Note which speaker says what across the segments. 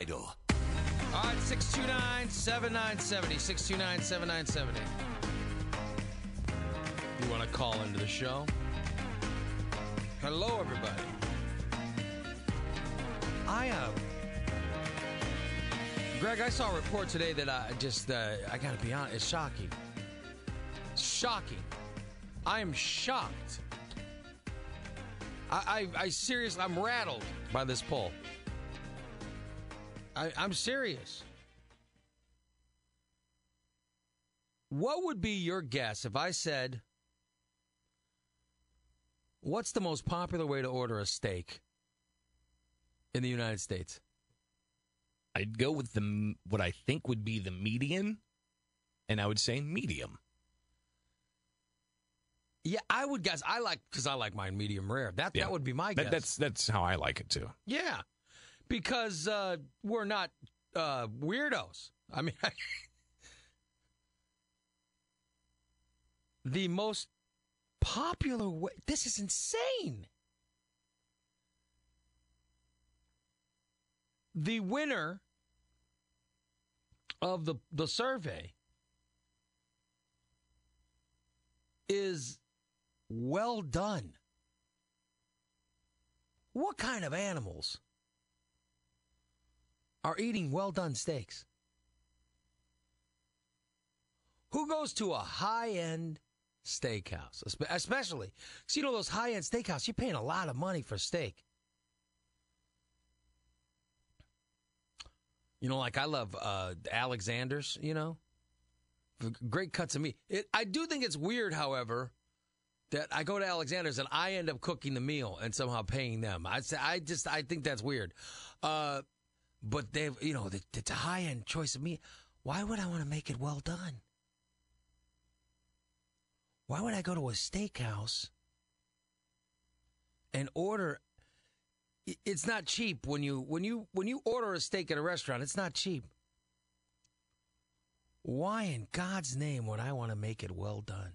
Speaker 1: title.
Speaker 2: All right, 629 7970. 629 7970. You want to call into the show? Hello, everybody. I, uh, Greg, I saw a report today that I just, uh, I gotta be honest, it's shocking. Shocking. I am shocked. I, I, I seriously, I'm rattled by this poll. I, I'm serious. What would be your guess if I said, what's the most popular way to order a steak in the United States?
Speaker 3: I'd go with the m- what I think would be the median, and I would say medium.
Speaker 2: Yeah, I would guess. I like, because I like mine medium rare. That,
Speaker 3: Yeah.
Speaker 2: that would be my guess.
Speaker 3: That, that's that's how I like it too.
Speaker 2: Yeah, because uh, we're not uh, weirdos. I mean, the most popular way. This is insane. The winner of the the survey is well done. What kind of animals are eating well done steaks? Who goes to a high end steakhouse? Espe- Especially, 'cause you know, those high end steakhouse, you're paying a lot of money for steak. You know, like I love uh, Alexander's, you know, for great cuts of meat. It, I do think it's weird, however, that I go to Alexander's and I end up cooking the meal and somehow paying them. I say I just I think that's weird. Uh, but they've you know the, it's a high end choice of meat. Why would I want to make it well done? Why would I go to a steakhouse and order? i- It's not cheap when you when you when you order a steak at a restaurant. It's not cheap. Why in God's name would I want to make it well done?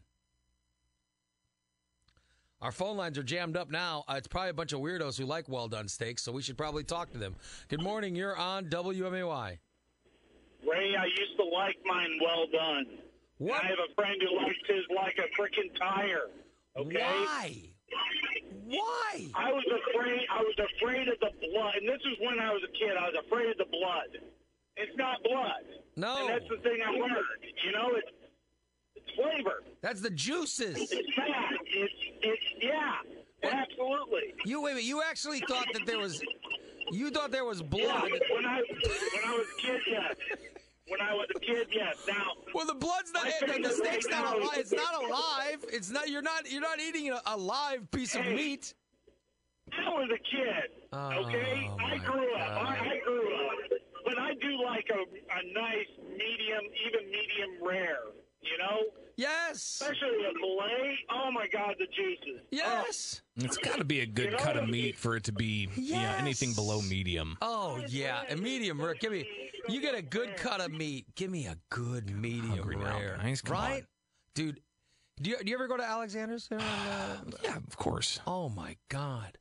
Speaker 2: Our phone lines are jammed up now. Uh, it's probably a bunch of weirdos who like well done steaks, so we should probably talk to them. Good morning. You're on WMAY.
Speaker 4: Ray, I used to like mine well done.
Speaker 2: What?
Speaker 4: I have a friend who likes his like a freaking tire. Okay.
Speaker 2: Why? Why?
Speaker 4: I was afraid. I was afraid of the blood, and this is when I was a kid. I was afraid of the blood. It's not blood.
Speaker 2: No.
Speaker 4: And that's the thing I learned. You know, it's it's flavor.
Speaker 2: That's the juices.
Speaker 4: It's fat. It's it's yeah. Absolutely.
Speaker 2: You wait a minute. You actually thought that there was. You thought there was
Speaker 4: Yeah.
Speaker 2: blood.
Speaker 4: When I when I was a kid, yes. When I was a kid, yes. Now
Speaker 2: Well, the blood's not.
Speaker 4: I think
Speaker 2: The
Speaker 4: that
Speaker 2: steak's
Speaker 4: right
Speaker 2: not
Speaker 4: now-
Speaker 2: alive. It's not alive. It's not. You're not. You're not eating a, a live piece of
Speaker 4: Hey.
Speaker 2: meat.
Speaker 4: I was a kid.
Speaker 2: Oh,
Speaker 4: Okay,
Speaker 2: my
Speaker 4: I grew up. I,
Speaker 2: God.
Speaker 4: I grew up, but I do like a a nice medium, even medium rare. You know,
Speaker 2: Yes.
Speaker 4: especially a fillet. Oh my God, the juices.
Speaker 5: Oh.
Speaker 2: Yes.
Speaker 3: It's got to be a good cut of meat for it to be yeah anything
Speaker 2: Yes.
Speaker 3: below medium.
Speaker 2: Oh yeah, a medium rare. Give me, you get a good cut of meat. Give me a good medium
Speaker 3: hungry now,
Speaker 2: rare,
Speaker 3: guys. Come
Speaker 2: right,
Speaker 3: on.
Speaker 2: dude? Do you, do you ever go to Alexander's? There on, uh,
Speaker 3: Yeah, of course.
Speaker 2: oh my god,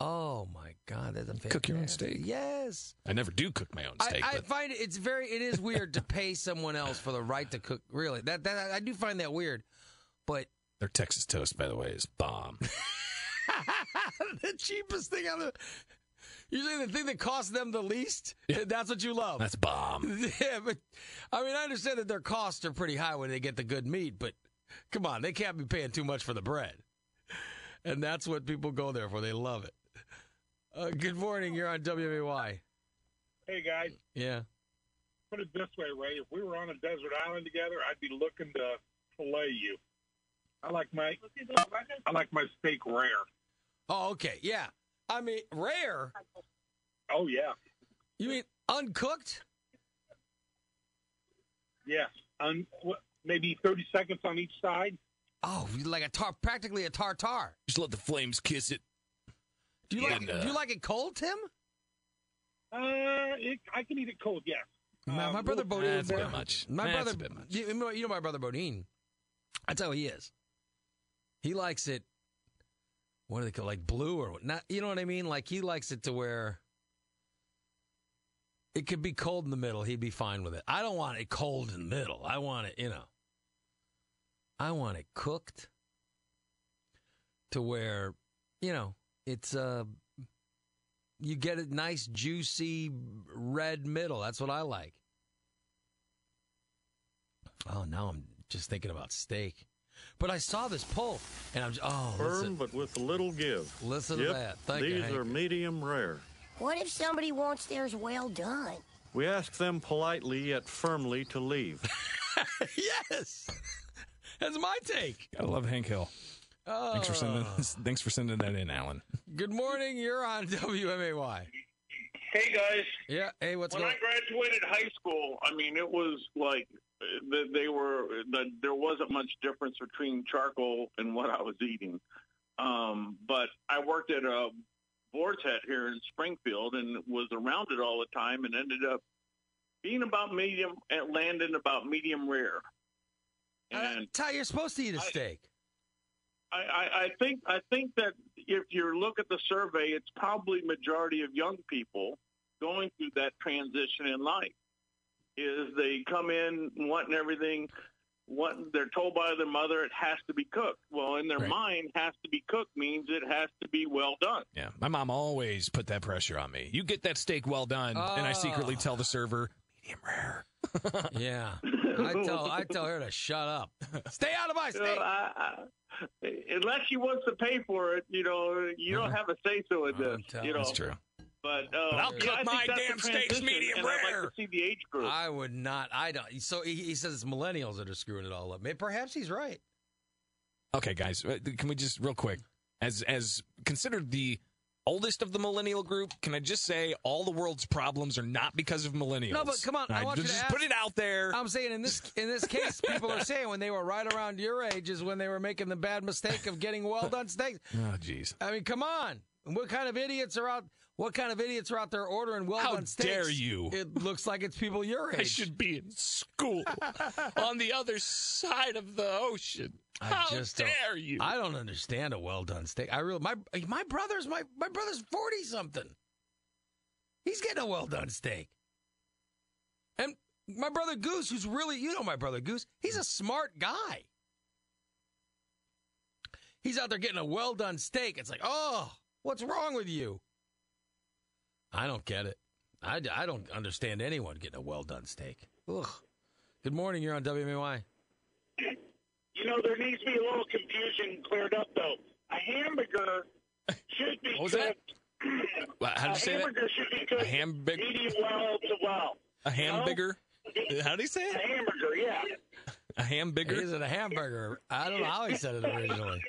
Speaker 2: oh my god, that's a
Speaker 3: Cook your own
Speaker 2: fantastic-
Speaker 3: steak.
Speaker 2: Yes,
Speaker 3: I never do cook my own steak.
Speaker 2: I, I
Speaker 3: but
Speaker 2: find it's very. It is weird to pay someone else for the right to cook. Really, that that I do find that weird. But
Speaker 3: their Texas toast, by the way, is bomb.
Speaker 2: the cheapest thing on the usually the thing that costs them the least. That's what you love.
Speaker 3: That's bomb.
Speaker 2: yeah, but I mean, I understand that their costs are pretty high when they get the good meat, but come on, they can't be paying too much for the bread. And that's what people go there for. They love it. Uh, good morning. You're on WMY.
Speaker 5: Hey guys,
Speaker 2: Yeah.
Speaker 5: put it this way, Ray. If we were on a desert island together, I'd be looking to fillet you. I like my I like my steak rare.
Speaker 2: Oh, okay. Yeah. I mean, rare.
Speaker 5: Oh yeah,
Speaker 2: You mean uncooked?
Speaker 5: yeah. Um, what, maybe thirty seconds on each side.
Speaker 2: Oh, you like a tar, practically a tartar.
Speaker 3: Just let the flames kiss it.
Speaker 2: Do you like?
Speaker 3: And, uh,
Speaker 2: do you like it cold, Tim?
Speaker 5: Uh, it, I can eat it cold. Yes.
Speaker 2: My,
Speaker 5: Um,
Speaker 2: my brother Bodine.
Speaker 3: That's a bit much.
Speaker 2: My
Speaker 3: That's
Speaker 2: brother,
Speaker 3: a bit much.
Speaker 2: You, know- you know my brother Bodine. That's how he is. He likes it. What do they call like blue or what? Not you know what I mean? Like he likes it to where It could be cold in the middle. He'd be fine with it. I don't want it cold in the middle. I want it, you know. I want it cooked to where, you know, it's uh you get a nice juicy red middle. That's what I like. Oh, now I'm just thinking about steak. But I saw this poll and I'm just, oh,
Speaker 1: Firm
Speaker 2: listen,
Speaker 1: but with little give.
Speaker 2: listen
Speaker 1: yep,
Speaker 2: to that. Thank you.
Speaker 1: these
Speaker 2: Hank.
Speaker 1: are medium rare.
Speaker 6: What if somebody wants theirs well done?
Speaker 1: We ask them politely yet firmly to leave.
Speaker 2: yes. That's my take.
Speaker 3: I love Hank Hill. Thanks for sending.
Speaker 2: Oh.
Speaker 3: Thanks for sending that in, Alan.
Speaker 2: Good morning. You're on WMAY.
Speaker 4: Hey guys,
Speaker 2: Yeah. Hey, what's
Speaker 4: when
Speaker 2: going
Speaker 4: I graduated high school, I mean it was like uh, th- they were that there wasn't much difference between charcoal and what I was eating. Um, but I worked at a Vortet here in Springfield and was around it all the time and ended up being about medium at landing about medium rare.
Speaker 2: Uh,
Speaker 4: And
Speaker 2: Ty, you're supposed to eat a
Speaker 4: I-
Speaker 2: steak.
Speaker 4: I, I, I think I think that if you look at the survey, it's probably majority of young people going through that transition in life. Is they come in wanting everything, what they're told by their mother, it has to be cooked. Well, in their
Speaker 3: Right.
Speaker 4: mind, has to be cooked means it has to be well done.
Speaker 3: Yeah, my mom always put that pressure on me. You get that steak well done, and I secretly
Speaker 2: Ah.
Speaker 3: tell the server medium rare.
Speaker 2: yeah. I tell I tell her to shut up. Stay out of my
Speaker 4: You know,
Speaker 2: steak.
Speaker 4: I, I, unless she wants to pay for it, you know, you don't
Speaker 3: Mhm.
Speaker 4: have a say so in
Speaker 2: Mm-hmm. I'm
Speaker 4: this.
Speaker 2: telling
Speaker 4: You
Speaker 2: you.
Speaker 4: know,
Speaker 3: That's true.
Speaker 4: but, uh,
Speaker 3: I'll
Speaker 4: yeah,
Speaker 3: cook
Speaker 4: I think
Speaker 3: my
Speaker 4: that's the
Speaker 3: damn steaks
Speaker 4: transition,
Speaker 3: medium
Speaker 4: and I'd like
Speaker 3: rare.
Speaker 4: to see the age group.
Speaker 2: I would not. I don't. So he, he says it's millennials that are screwing it all up. May- Perhaps he's right.
Speaker 3: Okay, guys, uh, can we just real quick, as as considered the oldest of the millennial group, can I just say all the world's problems are not because of millennials?
Speaker 2: No, but come on, I want you to
Speaker 3: just
Speaker 2: ask-
Speaker 3: put it out there.
Speaker 2: I'm saying in this in this case, people are saying when they were right around your age is when they were making the bad mistake of getting well done steaks.
Speaker 3: oh, jeez,
Speaker 2: I mean, come on. What kind of idiots are out? What kind of idiots are out there ordering well
Speaker 3: How
Speaker 2: done steaks?
Speaker 3: dare you.
Speaker 2: It looks like it's people your age.
Speaker 3: I should be in school on the other side of the ocean.
Speaker 2: I
Speaker 3: How
Speaker 2: just don't-
Speaker 3: dare you?
Speaker 2: I don't understand a well done steak. I really my my brother's my my brother's forty something. He's getting a well done steak. And my brother Goose, who's really you know my brother Goose, he's a smart guy. He's out there getting a well done steak. It's like, oh, what's wrong with you? I don't get it. I, I don't understand anyone getting a well done steak. Ugh. Good morning. You're on WMY.
Speaker 4: You know, there needs to be a little confusion cleared up, though. A hamburger should be
Speaker 3: What was that?
Speaker 4: cooked.
Speaker 3: Wha- How do
Speaker 4: a
Speaker 3: you say that?
Speaker 4: hamburger should be cooked
Speaker 3: A hambig-
Speaker 4: medium well to well.
Speaker 3: A ham bigger? How do you say
Speaker 4: A
Speaker 3: it?
Speaker 4: hamburger, yeah.
Speaker 3: A ham bigger?
Speaker 2: Is it a hamburger? I don't know how he said it originally.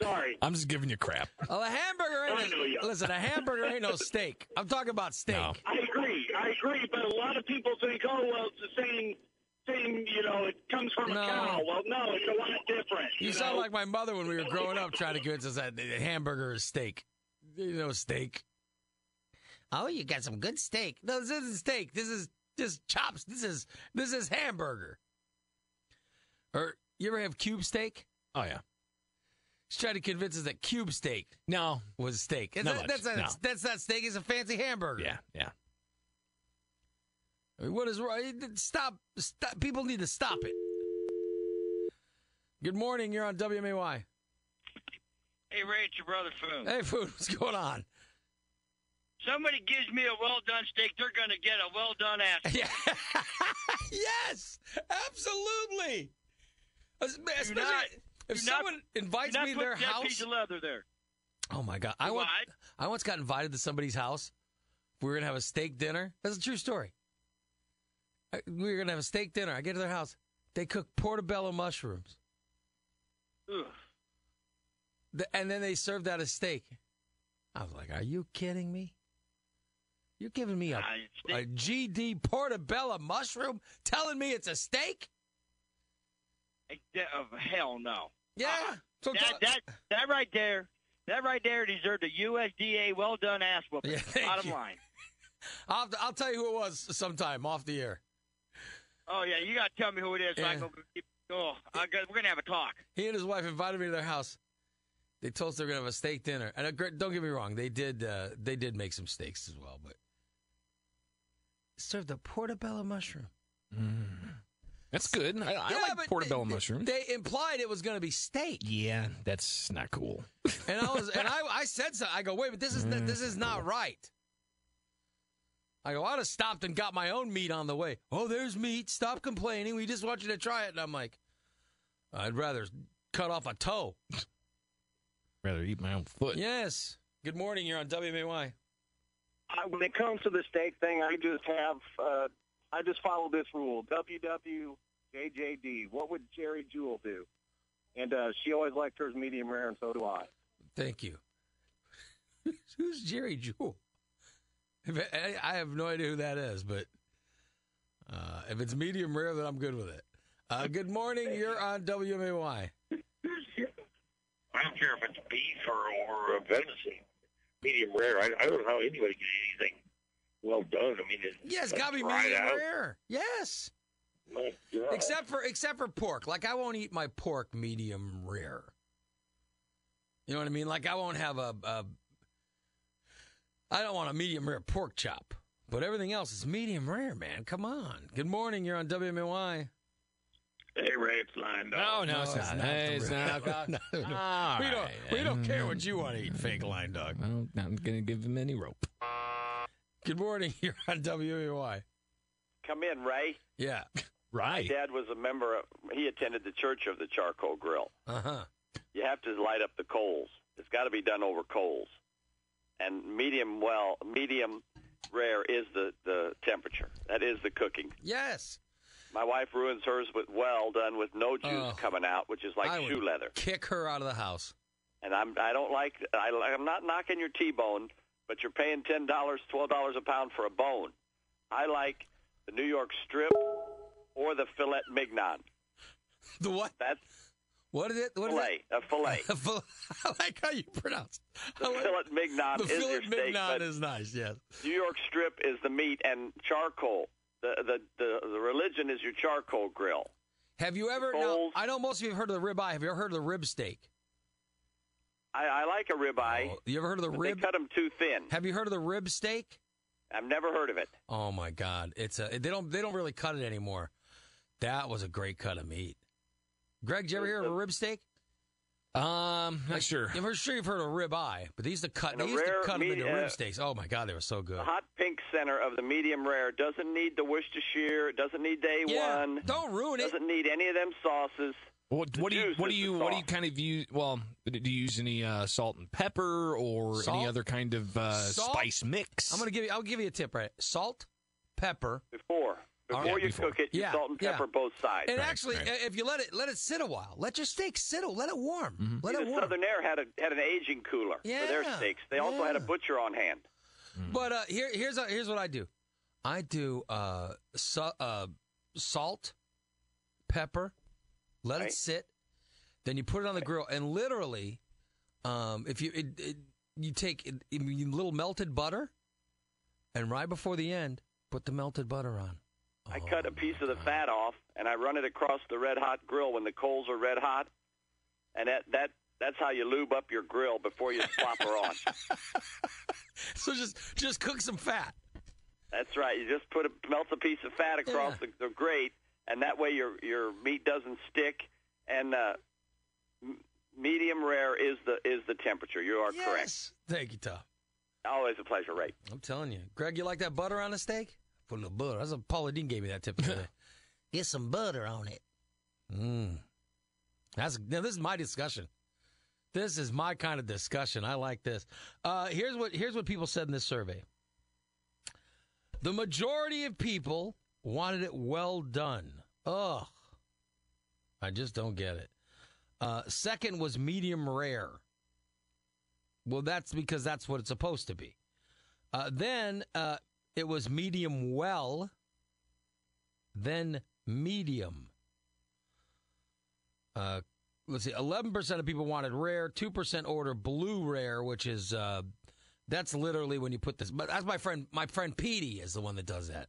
Speaker 4: Sorry.
Speaker 3: I'm just giving you crap.
Speaker 2: Well, Oh, a hamburger ain't
Speaker 4: I know ya.
Speaker 2: a, listen. A hamburger ain't no steak. I'm talking about steak.
Speaker 3: No.
Speaker 4: I agree. I agree. But a lot of people think, oh, well, it's the same thing, you know, it comes from
Speaker 2: No.
Speaker 4: a cow. Well, no, it's a lot different.
Speaker 2: You sound like my mother when we were growing up, trying to convince us that a hamburger is steak. You know, steak. Oh, you got some good steak. No, this isn't steak. This is just chops. This is this is hamburger. Or you ever have cube steak?
Speaker 3: Oh yeah.
Speaker 2: She's trying to convince us that cube steak
Speaker 3: No.
Speaker 2: was steak. It's
Speaker 3: Not
Speaker 2: not-
Speaker 3: much,
Speaker 2: that's not
Speaker 3: no.
Speaker 2: that's not steak. It's a fancy hamburger.
Speaker 3: Yeah. Yeah.
Speaker 2: I mean, what is wrong? Stop, stop. People need to stop it. Good morning. You're on WMAY.
Speaker 7: Hey, Ray, it's your brother Foon.
Speaker 2: Hey, food. What's going on?
Speaker 7: Somebody gives me a well done steak, they're going to get a well done ass.
Speaker 2: Yeah. yes. Absolutely. Es- Especially
Speaker 7: not-
Speaker 2: if
Speaker 7: do not-
Speaker 2: someone invites
Speaker 7: Do
Speaker 2: me to
Speaker 7: not
Speaker 2: their
Speaker 7: put that piece
Speaker 2: house.
Speaker 7: of leather there.
Speaker 2: Oh my god. I
Speaker 7: Why?
Speaker 2: once, I once got invited to somebody's house. We were gonna have a steak dinner. That's a true story. I- We were gonna have a steak dinner. I get to their house. They cook portobello mushrooms.
Speaker 7: Ugh.
Speaker 2: The- and then they served that as steak. I was like, "Are you kidding me? You're giving me a,
Speaker 7: I-
Speaker 2: a
Speaker 7: steak-
Speaker 2: GD portobello mushroom, telling me it's a steak?
Speaker 7: I- that- oh, hell no.
Speaker 2: Yeah,
Speaker 7: Uh-uh.
Speaker 2: so
Speaker 7: That,
Speaker 2: tell-
Speaker 7: that, that right there, that right there deserved a USDA well done ass whooping.
Speaker 2: Yeah, thank
Speaker 7: Bottom
Speaker 2: you.
Speaker 7: line.
Speaker 2: I'll, have to- I'll tell you who it was sometime off the air.
Speaker 7: Oh, yeah, you got to tell me who it is. So I
Speaker 2: Yeah.
Speaker 7: go, oh, I got, we're going to have a talk.
Speaker 2: He and his wife invited me to their house. They told us they were uh, gonna have a steak dinner, and a, gr- don't get me wrong, they did. Uh, they did make some steaks as well, but served a portobello mushroom.
Speaker 3: That's good. I, I
Speaker 2: Yeah,
Speaker 3: like
Speaker 2: but
Speaker 3: portobello
Speaker 2: they-
Speaker 3: mushroom.
Speaker 2: They implied it was going to be steak.
Speaker 3: yeah, that's not cool.
Speaker 2: And I was, and I, I said so. I go, wait, but this is not, this is
Speaker 3: Mm.
Speaker 2: not right. I go, I'd have stopped and got my own meat on the way. Oh, there's meat. Stop complaining. We just want you to try it. And I'm like, I'd rather cut off a toe.
Speaker 3: Rather eat my own foot.
Speaker 2: Yes. Good morning. You're on WMY.
Speaker 8: I, when it comes to the steak thing, I just have uh, I just follow this rule: WWJJD. What would Jerry Jewell do? And uh, she always liked hers medium rare, and so do I.
Speaker 2: Thank you. Who's Jerry Jewell? If I, I have no idea who that is, but uh, if it's medium rare, then I'm good with it. Uh, good morning. You're on WMY.
Speaker 9: I don't care if it's beef or, or uh, venison, medium rare. I, I don't know how anybody can eat anything well done. I mean, it,
Speaker 2: Yeah, it's
Speaker 9: it's
Speaker 2: got to be
Speaker 9: fried
Speaker 2: medium
Speaker 9: out.
Speaker 2: rare. Yes.
Speaker 9: My God.
Speaker 2: Except for except for pork. Like I won't eat my pork medium rare. You know what I mean? Like I won't have a, a I don't want a medium rare pork chop. But everything else is medium rare, man. Come on. Good morning. You're on WMY.
Speaker 4: Hey, Ray, it's Lion Dog.
Speaker 3: Oh, No, no, it's not. It's not. All
Speaker 2: We don't
Speaker 3: right. Mm-hmm.
Speaker 2: we don't care what you want to eat, fake line dog.
Speaker 3: Well, not gonna give him any rope.
Speaker 2: Good morning. You're on WMY.
Speaker 8: Come in, Ray.
Speaker 2: Yeah.
Speaker 3: Right.
Speaker 8: Dad was a member. Of, he attended the Church of the Charcoal Grill.
Speaker 2: Uh huh.
Speaker 8: You have to light up the coals. It's got to be done over coals, and medium well, medium rare is the the temperature. That is the cooking.
Speaker 2: Yes.
Speaker 8: My wife ruins hers with well done with no juice
Speaker 2: Oh.
Speaker 8: coming out, which is like
Speaker 2: I would
Speaker 8: shoe leather.
Speaker 2: Kick her out of the house.
Speaker 8: And I'm I don't like I, I'm not knocking your T-bone, but you're paying ten dollars, twelve dollars a pound for a bone. I like the New York strip or the filet mignon.
Speaker 2: The what?
Speaker 8: That's
Speaker 2: What is it? What is it?
Speaker 8: filet, a filet.
Speaker 2: The fil- I like how you pronounce. it.
Speaker 8: The
Speaker 2: I like-
Speaker 8: filet mignon
Speaker 2: the
Speaker 8: is
Speaker 2: fillet
Speaker 8: your steak,
Speaker 2: mignon
Speaker 8: but
Speaker 2: is nice. Yes.
Speaker 8: New York strip is the meat, and charcoal. The the the, the religion is your charcoal grill.
Speaker 2: Have you ever? No,
Speaker 8: Bowls.
Speaker 2: I know most of you have heard of the ribeye. Have you ever heard of the rib steak?
Speaker 8: I, I like a ribeye.
Speaker 2: Oh, you ever heard of the
Speaker 8: but they
Speaker 2: rib?
Speaker 8: cut them too thin.
Speaker 2: Have you heard of the rib steak?
Speaker 8: I've never heard of it.
Speaker 2: Oh my God! It's a they don't they don't really cut it anymore. That was a great cut of meat. Greg, did you ever hear of a rib steak?
Speaker 3: Um, not sure.
Speaker 2: I'm sure you've heard of ribeye, but these the cut.
Speaker 8: And a
Speaker 2: They used to
Speaker 8: rare
Speaker 2: cut them into
Speaker 8: meat, uh,
Speaker 2: rib steaks. Oh my God, they were so good.
Speaker 8: The hot pink center of the medium rare doesn't need the Worcestershire. It doesn't need the A1.
Speaker 2: Yeah, don't ruin it.
Speaker 8: doesn't need any of them sauces.
Speaker 3: What, what do you
Speaker 8: juice
Speaker 3: what do
Speaker 8: is the
Speaker 3: you what do you
Speaker 8: sauce.
Speaker 3: kind of use? Well, do you use any uh, salt and pepper or
Speaker 2: Salt?
Speaker 3: any other kind of uh,
Speaker 2: Salt?
Speaker 3: spice mix?
Speaker 2: I'm gonna give you. I'll give you a tip. Right, salt, pepper,
Speaker 8: Before. Before
Speaker 3: right,
Speaker 8: you
Speaker 3: before.
Speaker 8: cook it, you
Speaker 2: Yeah,
Speaker 8: salt and
Speaker 2: yeah.
Speaker 8: pepper both sides.
Speaker 2: and
Speaker 3: Right,
Speaker 2: actually,
Speaker 3: right.
Speaker 2: if you let it let it sit a while, let your steak sit. Let it warm. Let
Speaker 8: See,
Speaker 2: it
Speaker 8: the
Speaker 2: warm.
Speaker 8: Southern Air had a had an aging cooler for their
Speaker 2: Yeah,
Speaker 8: steaks. They also had a
Speaker 2: yeah.
Speaker 8: butcher on hand.
Speaker 2: But uh, here, here's a, here's what I do. I do uh, su- uh, salt, pepper, let it
Speaker 8: Right.
Speaker 2: sit. Then you put it on the grill, and literally, um, if you it, it, you take it, I mean, little melted butter, and right before the end, put the melted butter on. Oh,
Speaker 8: I cut a piece of the fat off and I run it across the red hot grill when the coals are red hot, and that that that's how you lube up your grill before you plop her on.
Speaker 2: So just just cook some fat.
Speaker 8: That's right. You just put a melt a piece of fat across
Speaker 2: Yeah.
Speaker 8: the, the grate, and that way your your meat doesn't stick. And uh, m- medium rare is the is the temperature. You are correct.
Speaker 2: yes. Thank you, Tom.
Speaker 8: Always a pleasure, Ray.
Speaker 2: I'm telling you, Greg, you like that butter on a steak? Put a little butter. That's what Paula Dean gave me that tip the other day.
Speaker 6: Get some butter on it.
Speaker 2: Mm. That's now this is my discussion. This is my kind of discussion. I like this. Uh, here's what here's what people said in this survey. The majority of people wanted it well done. Ugh, I just don't get it. Uh, second was medium rare. Well, that's because that's what it's supposed to be. Uh, then uh, it was medium well. Then medium. Uh, let's see, eleven percent of people wanted rare. Two percent order blue rare, which is uh, that's literally when you put this. But that's my friend. My friend Petey is the one that does that.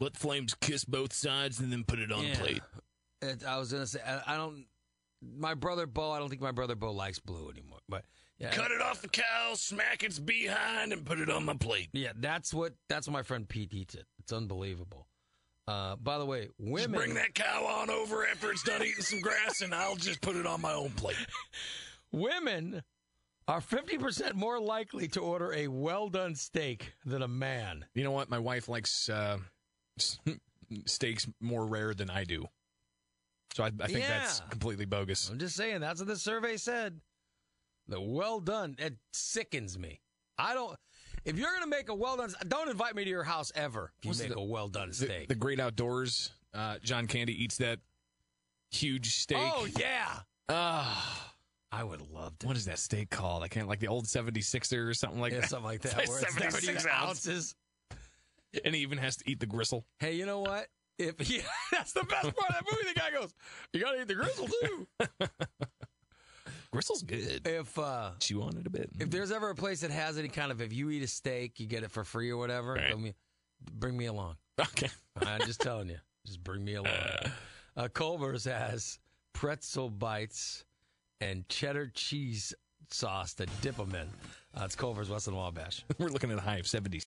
Speaker 3: Let flames kiss both sides and then put it on
Speaker 2: Yeah. It- I was gonna say I, I don't. My brother Bo, I don't think my brother Bo likes blue anymore. But
Speaker 3: Uh,
Speaker 2: Yeah,
Speaker 10: Cut it off the cow, smack its behind, and put it on my plate.
Speaker 2: Yeah, that's what that's what my friend Pete eats it. It's unbelievable. Uh, by the way, women
Speaker 10: Just bring that cow on over after it's done eating some grass, and I'll just put it on my own plate.
Speaker 2: women are fifty percent more likely to order a well done steak than a man.
Speaker 3: You know what? My wife likes uh, steaks more rare than I do. So I, I think that's
Speaker 2: Yeah.
Speaker 3: completely bogus.
Speaker 2: I'm just saying that's what the survey said. The well done it sickens me. I don't. If you're gonna make a well done, don't invite me to your house ever. If you
Speaker 3: What's
Speaker 2: make
Speaker 3: the-
Speaker 2: a well done
Speaker 3: The,
Speaker 2: steak.
Speaker 3: the Great Outdoors, uh, John Candy eats that huge steak.
Speaker 2: oh yeah,
Speaker 3: Ah,
Speaker 2: I would love to.
Speaker 3: what is that steak called? I can't like the old 76er or something like
Speaker 2: yeah,
Speaker 3: that.
Speaker 2: something like that.
Speaker 3: It's like
Speaker 2: where it's
Speaker 3: 76
Speaker 2: 70
Speaker 3: ounce.
Speaker 2: ounces.
Speaker 3: And he even has to eat the gristle.
Speaker 2: Hey, you know what? If yeah, that's the best part of that movie, the guy goes, "You gotta eat the gristle too."
Speaker 3: Gristle's good.
Speaker 2: if uh,
Speaker 3: Chew on it a bit.
Speaker 2: if there's ever a place that has any kind of, if you eat a steak, you get it for free or whatever.
Speaker 3: Right.
Speaker 2: Bring, me, bring me along.
Speaker 3: okay.
Speaker 2: I'm just telling you, just bring me along. Uh, Culver's has pretzel bites and cheddar cheese sauce to dip them in. Uh, it's Culver's West and Wabash.
Speaker 3: We're looking at a high of 70